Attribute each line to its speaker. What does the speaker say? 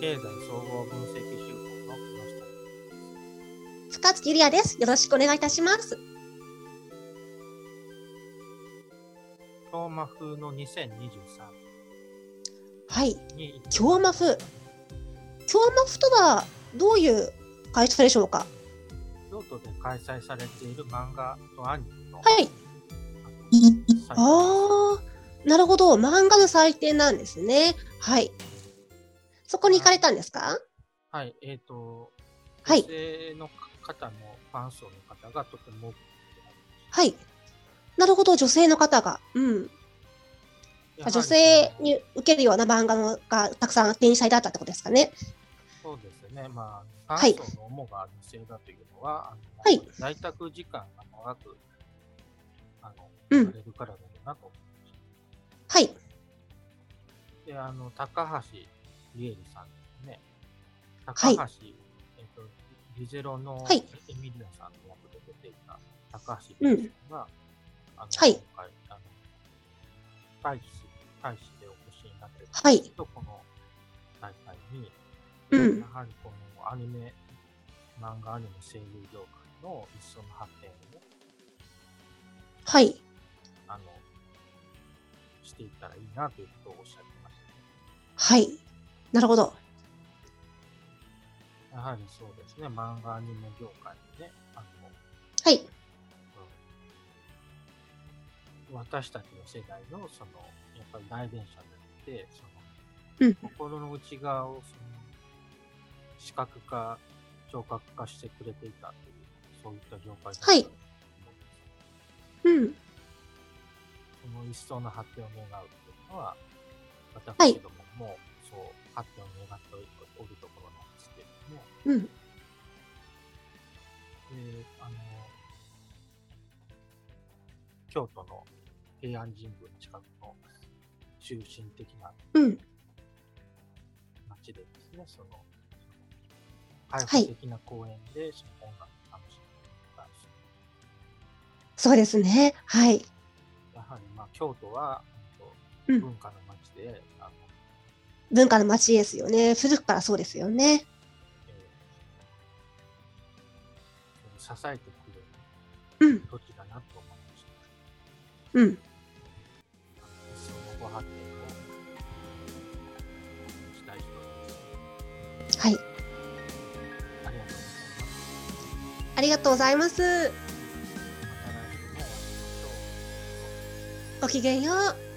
Speaker 1: 経済総合分析集団の木下
Speaker 2: 塚月ゆりやです。よろしくお願いいたします。
Speaker 1: 京馬風の2023
Speaker 2: はい、
Speaker 1: に
Speaker 2: 京マフ。京マフとはどういう会社でしょうか。
Speaker 1: 京都で開催されている漫画とアニメの、
Speaker 2: はい。
Speaker 1: あと
Speaker 2: ああ、なるほど。漫画の祭典なんですね。はい。そこに行かれたんですか。
Speaker 1: はい、えっ、と、
Speaker 2: はい
Speaker 1: 女性の方のファン層の方がとても多くて
Speaker 2: はい。なるほど。女性の方が。うん。
Speaker 1: やはり
Speaker 2: 女性に受けるような漫画のがたくさん展示されてあったってことですかね。
Speaker 1: そうですね、まあ、
Speaker 2: はい
Speaker 1: ファン層の主が女性だというのは、あの
Speaker 2: はい
Speaker 1: 在宅時間が長く、あの、
Speaker 2: うん
Speaker 1: されるからだろうなと思いまし
Speaker 2: はい。
Speaker 1: た。で、あの、高橋理恵里さんですね。高
Speaker 2: は
Speaker 1: 橋、
Speaker 2: い
Speaker 1: えっ、と、リゼロの
Speaker 2: はい
Speaker 1: エミリアさんの役で出ていた高橋理恵里さんが、あの、
Speaker 2: はい
Speaker 1: 今回、あの、大使、大使でお越しになってるんです
Speaker 2: はい
Speaker 1: けど、この大会に、
Speaker 2: うん
Speaker 1: や。はりこのアニメ、漫画アニメ声優業界の一層の発展をね、
Speaker 2: はい。
Speaker 1: あの、していったらいいなということをおっしゃってまし
Speaker 2: はい。なるほど。
Speaker 1: た。やはりそうですね、漫画アニメ業界でね、あの、
Speaker 2: はい。
Speaker 1: うん私たちの世代の、その、やっぱり代弁者になって、その、
Speaker 2: うん
Speaker 1: 心の内側を、その、視覚化、聴覚化してくれていたという、そういった業界だったと思うんですよ
Speaker 2: うん。
Speaker 1: この一層の発展を願うというのは、
Speaker 2: は
Speaker 1: 私
Speaker 2: い
Speaker 1: どももそう発展を願っておるところなんですけれども、
Speaker 2: うん。
Speaker 1: であの京都の平安神宮近くの中心的な
Speaker 2: うん。
Speaker 1: 街でですね、その、開放的な公園でその音楽を楽しんでいただく
Speaker 2: そうですね。はい。
Speaker 1: やはり、まあ、京都は、本
Speaker 2: う
Speaker 1: 当
Speaker 2: ん
Speaker 1: 文化の街で、あの
Speaker 2: 文化の街ですよね。古くからそうですよね。
Speaker 1: えー支えてくれる
Speaker 2: うん。
Speaker 1: 土地だなと思いました。
Speaker 2: う
Speaker 1: あ
Speaker 2: ん。
Speaker 1: の一層のご発展をしたいと思いま
Speaker 2: はい。
Speaker 1: す。ありがとうございます。
Speaker 2: ありがとうござ
Speaker 1: ま
Speaker 2: います。
Speaker 1: た来週もお会いしましょう。
Speaker 2: ごきげんよう。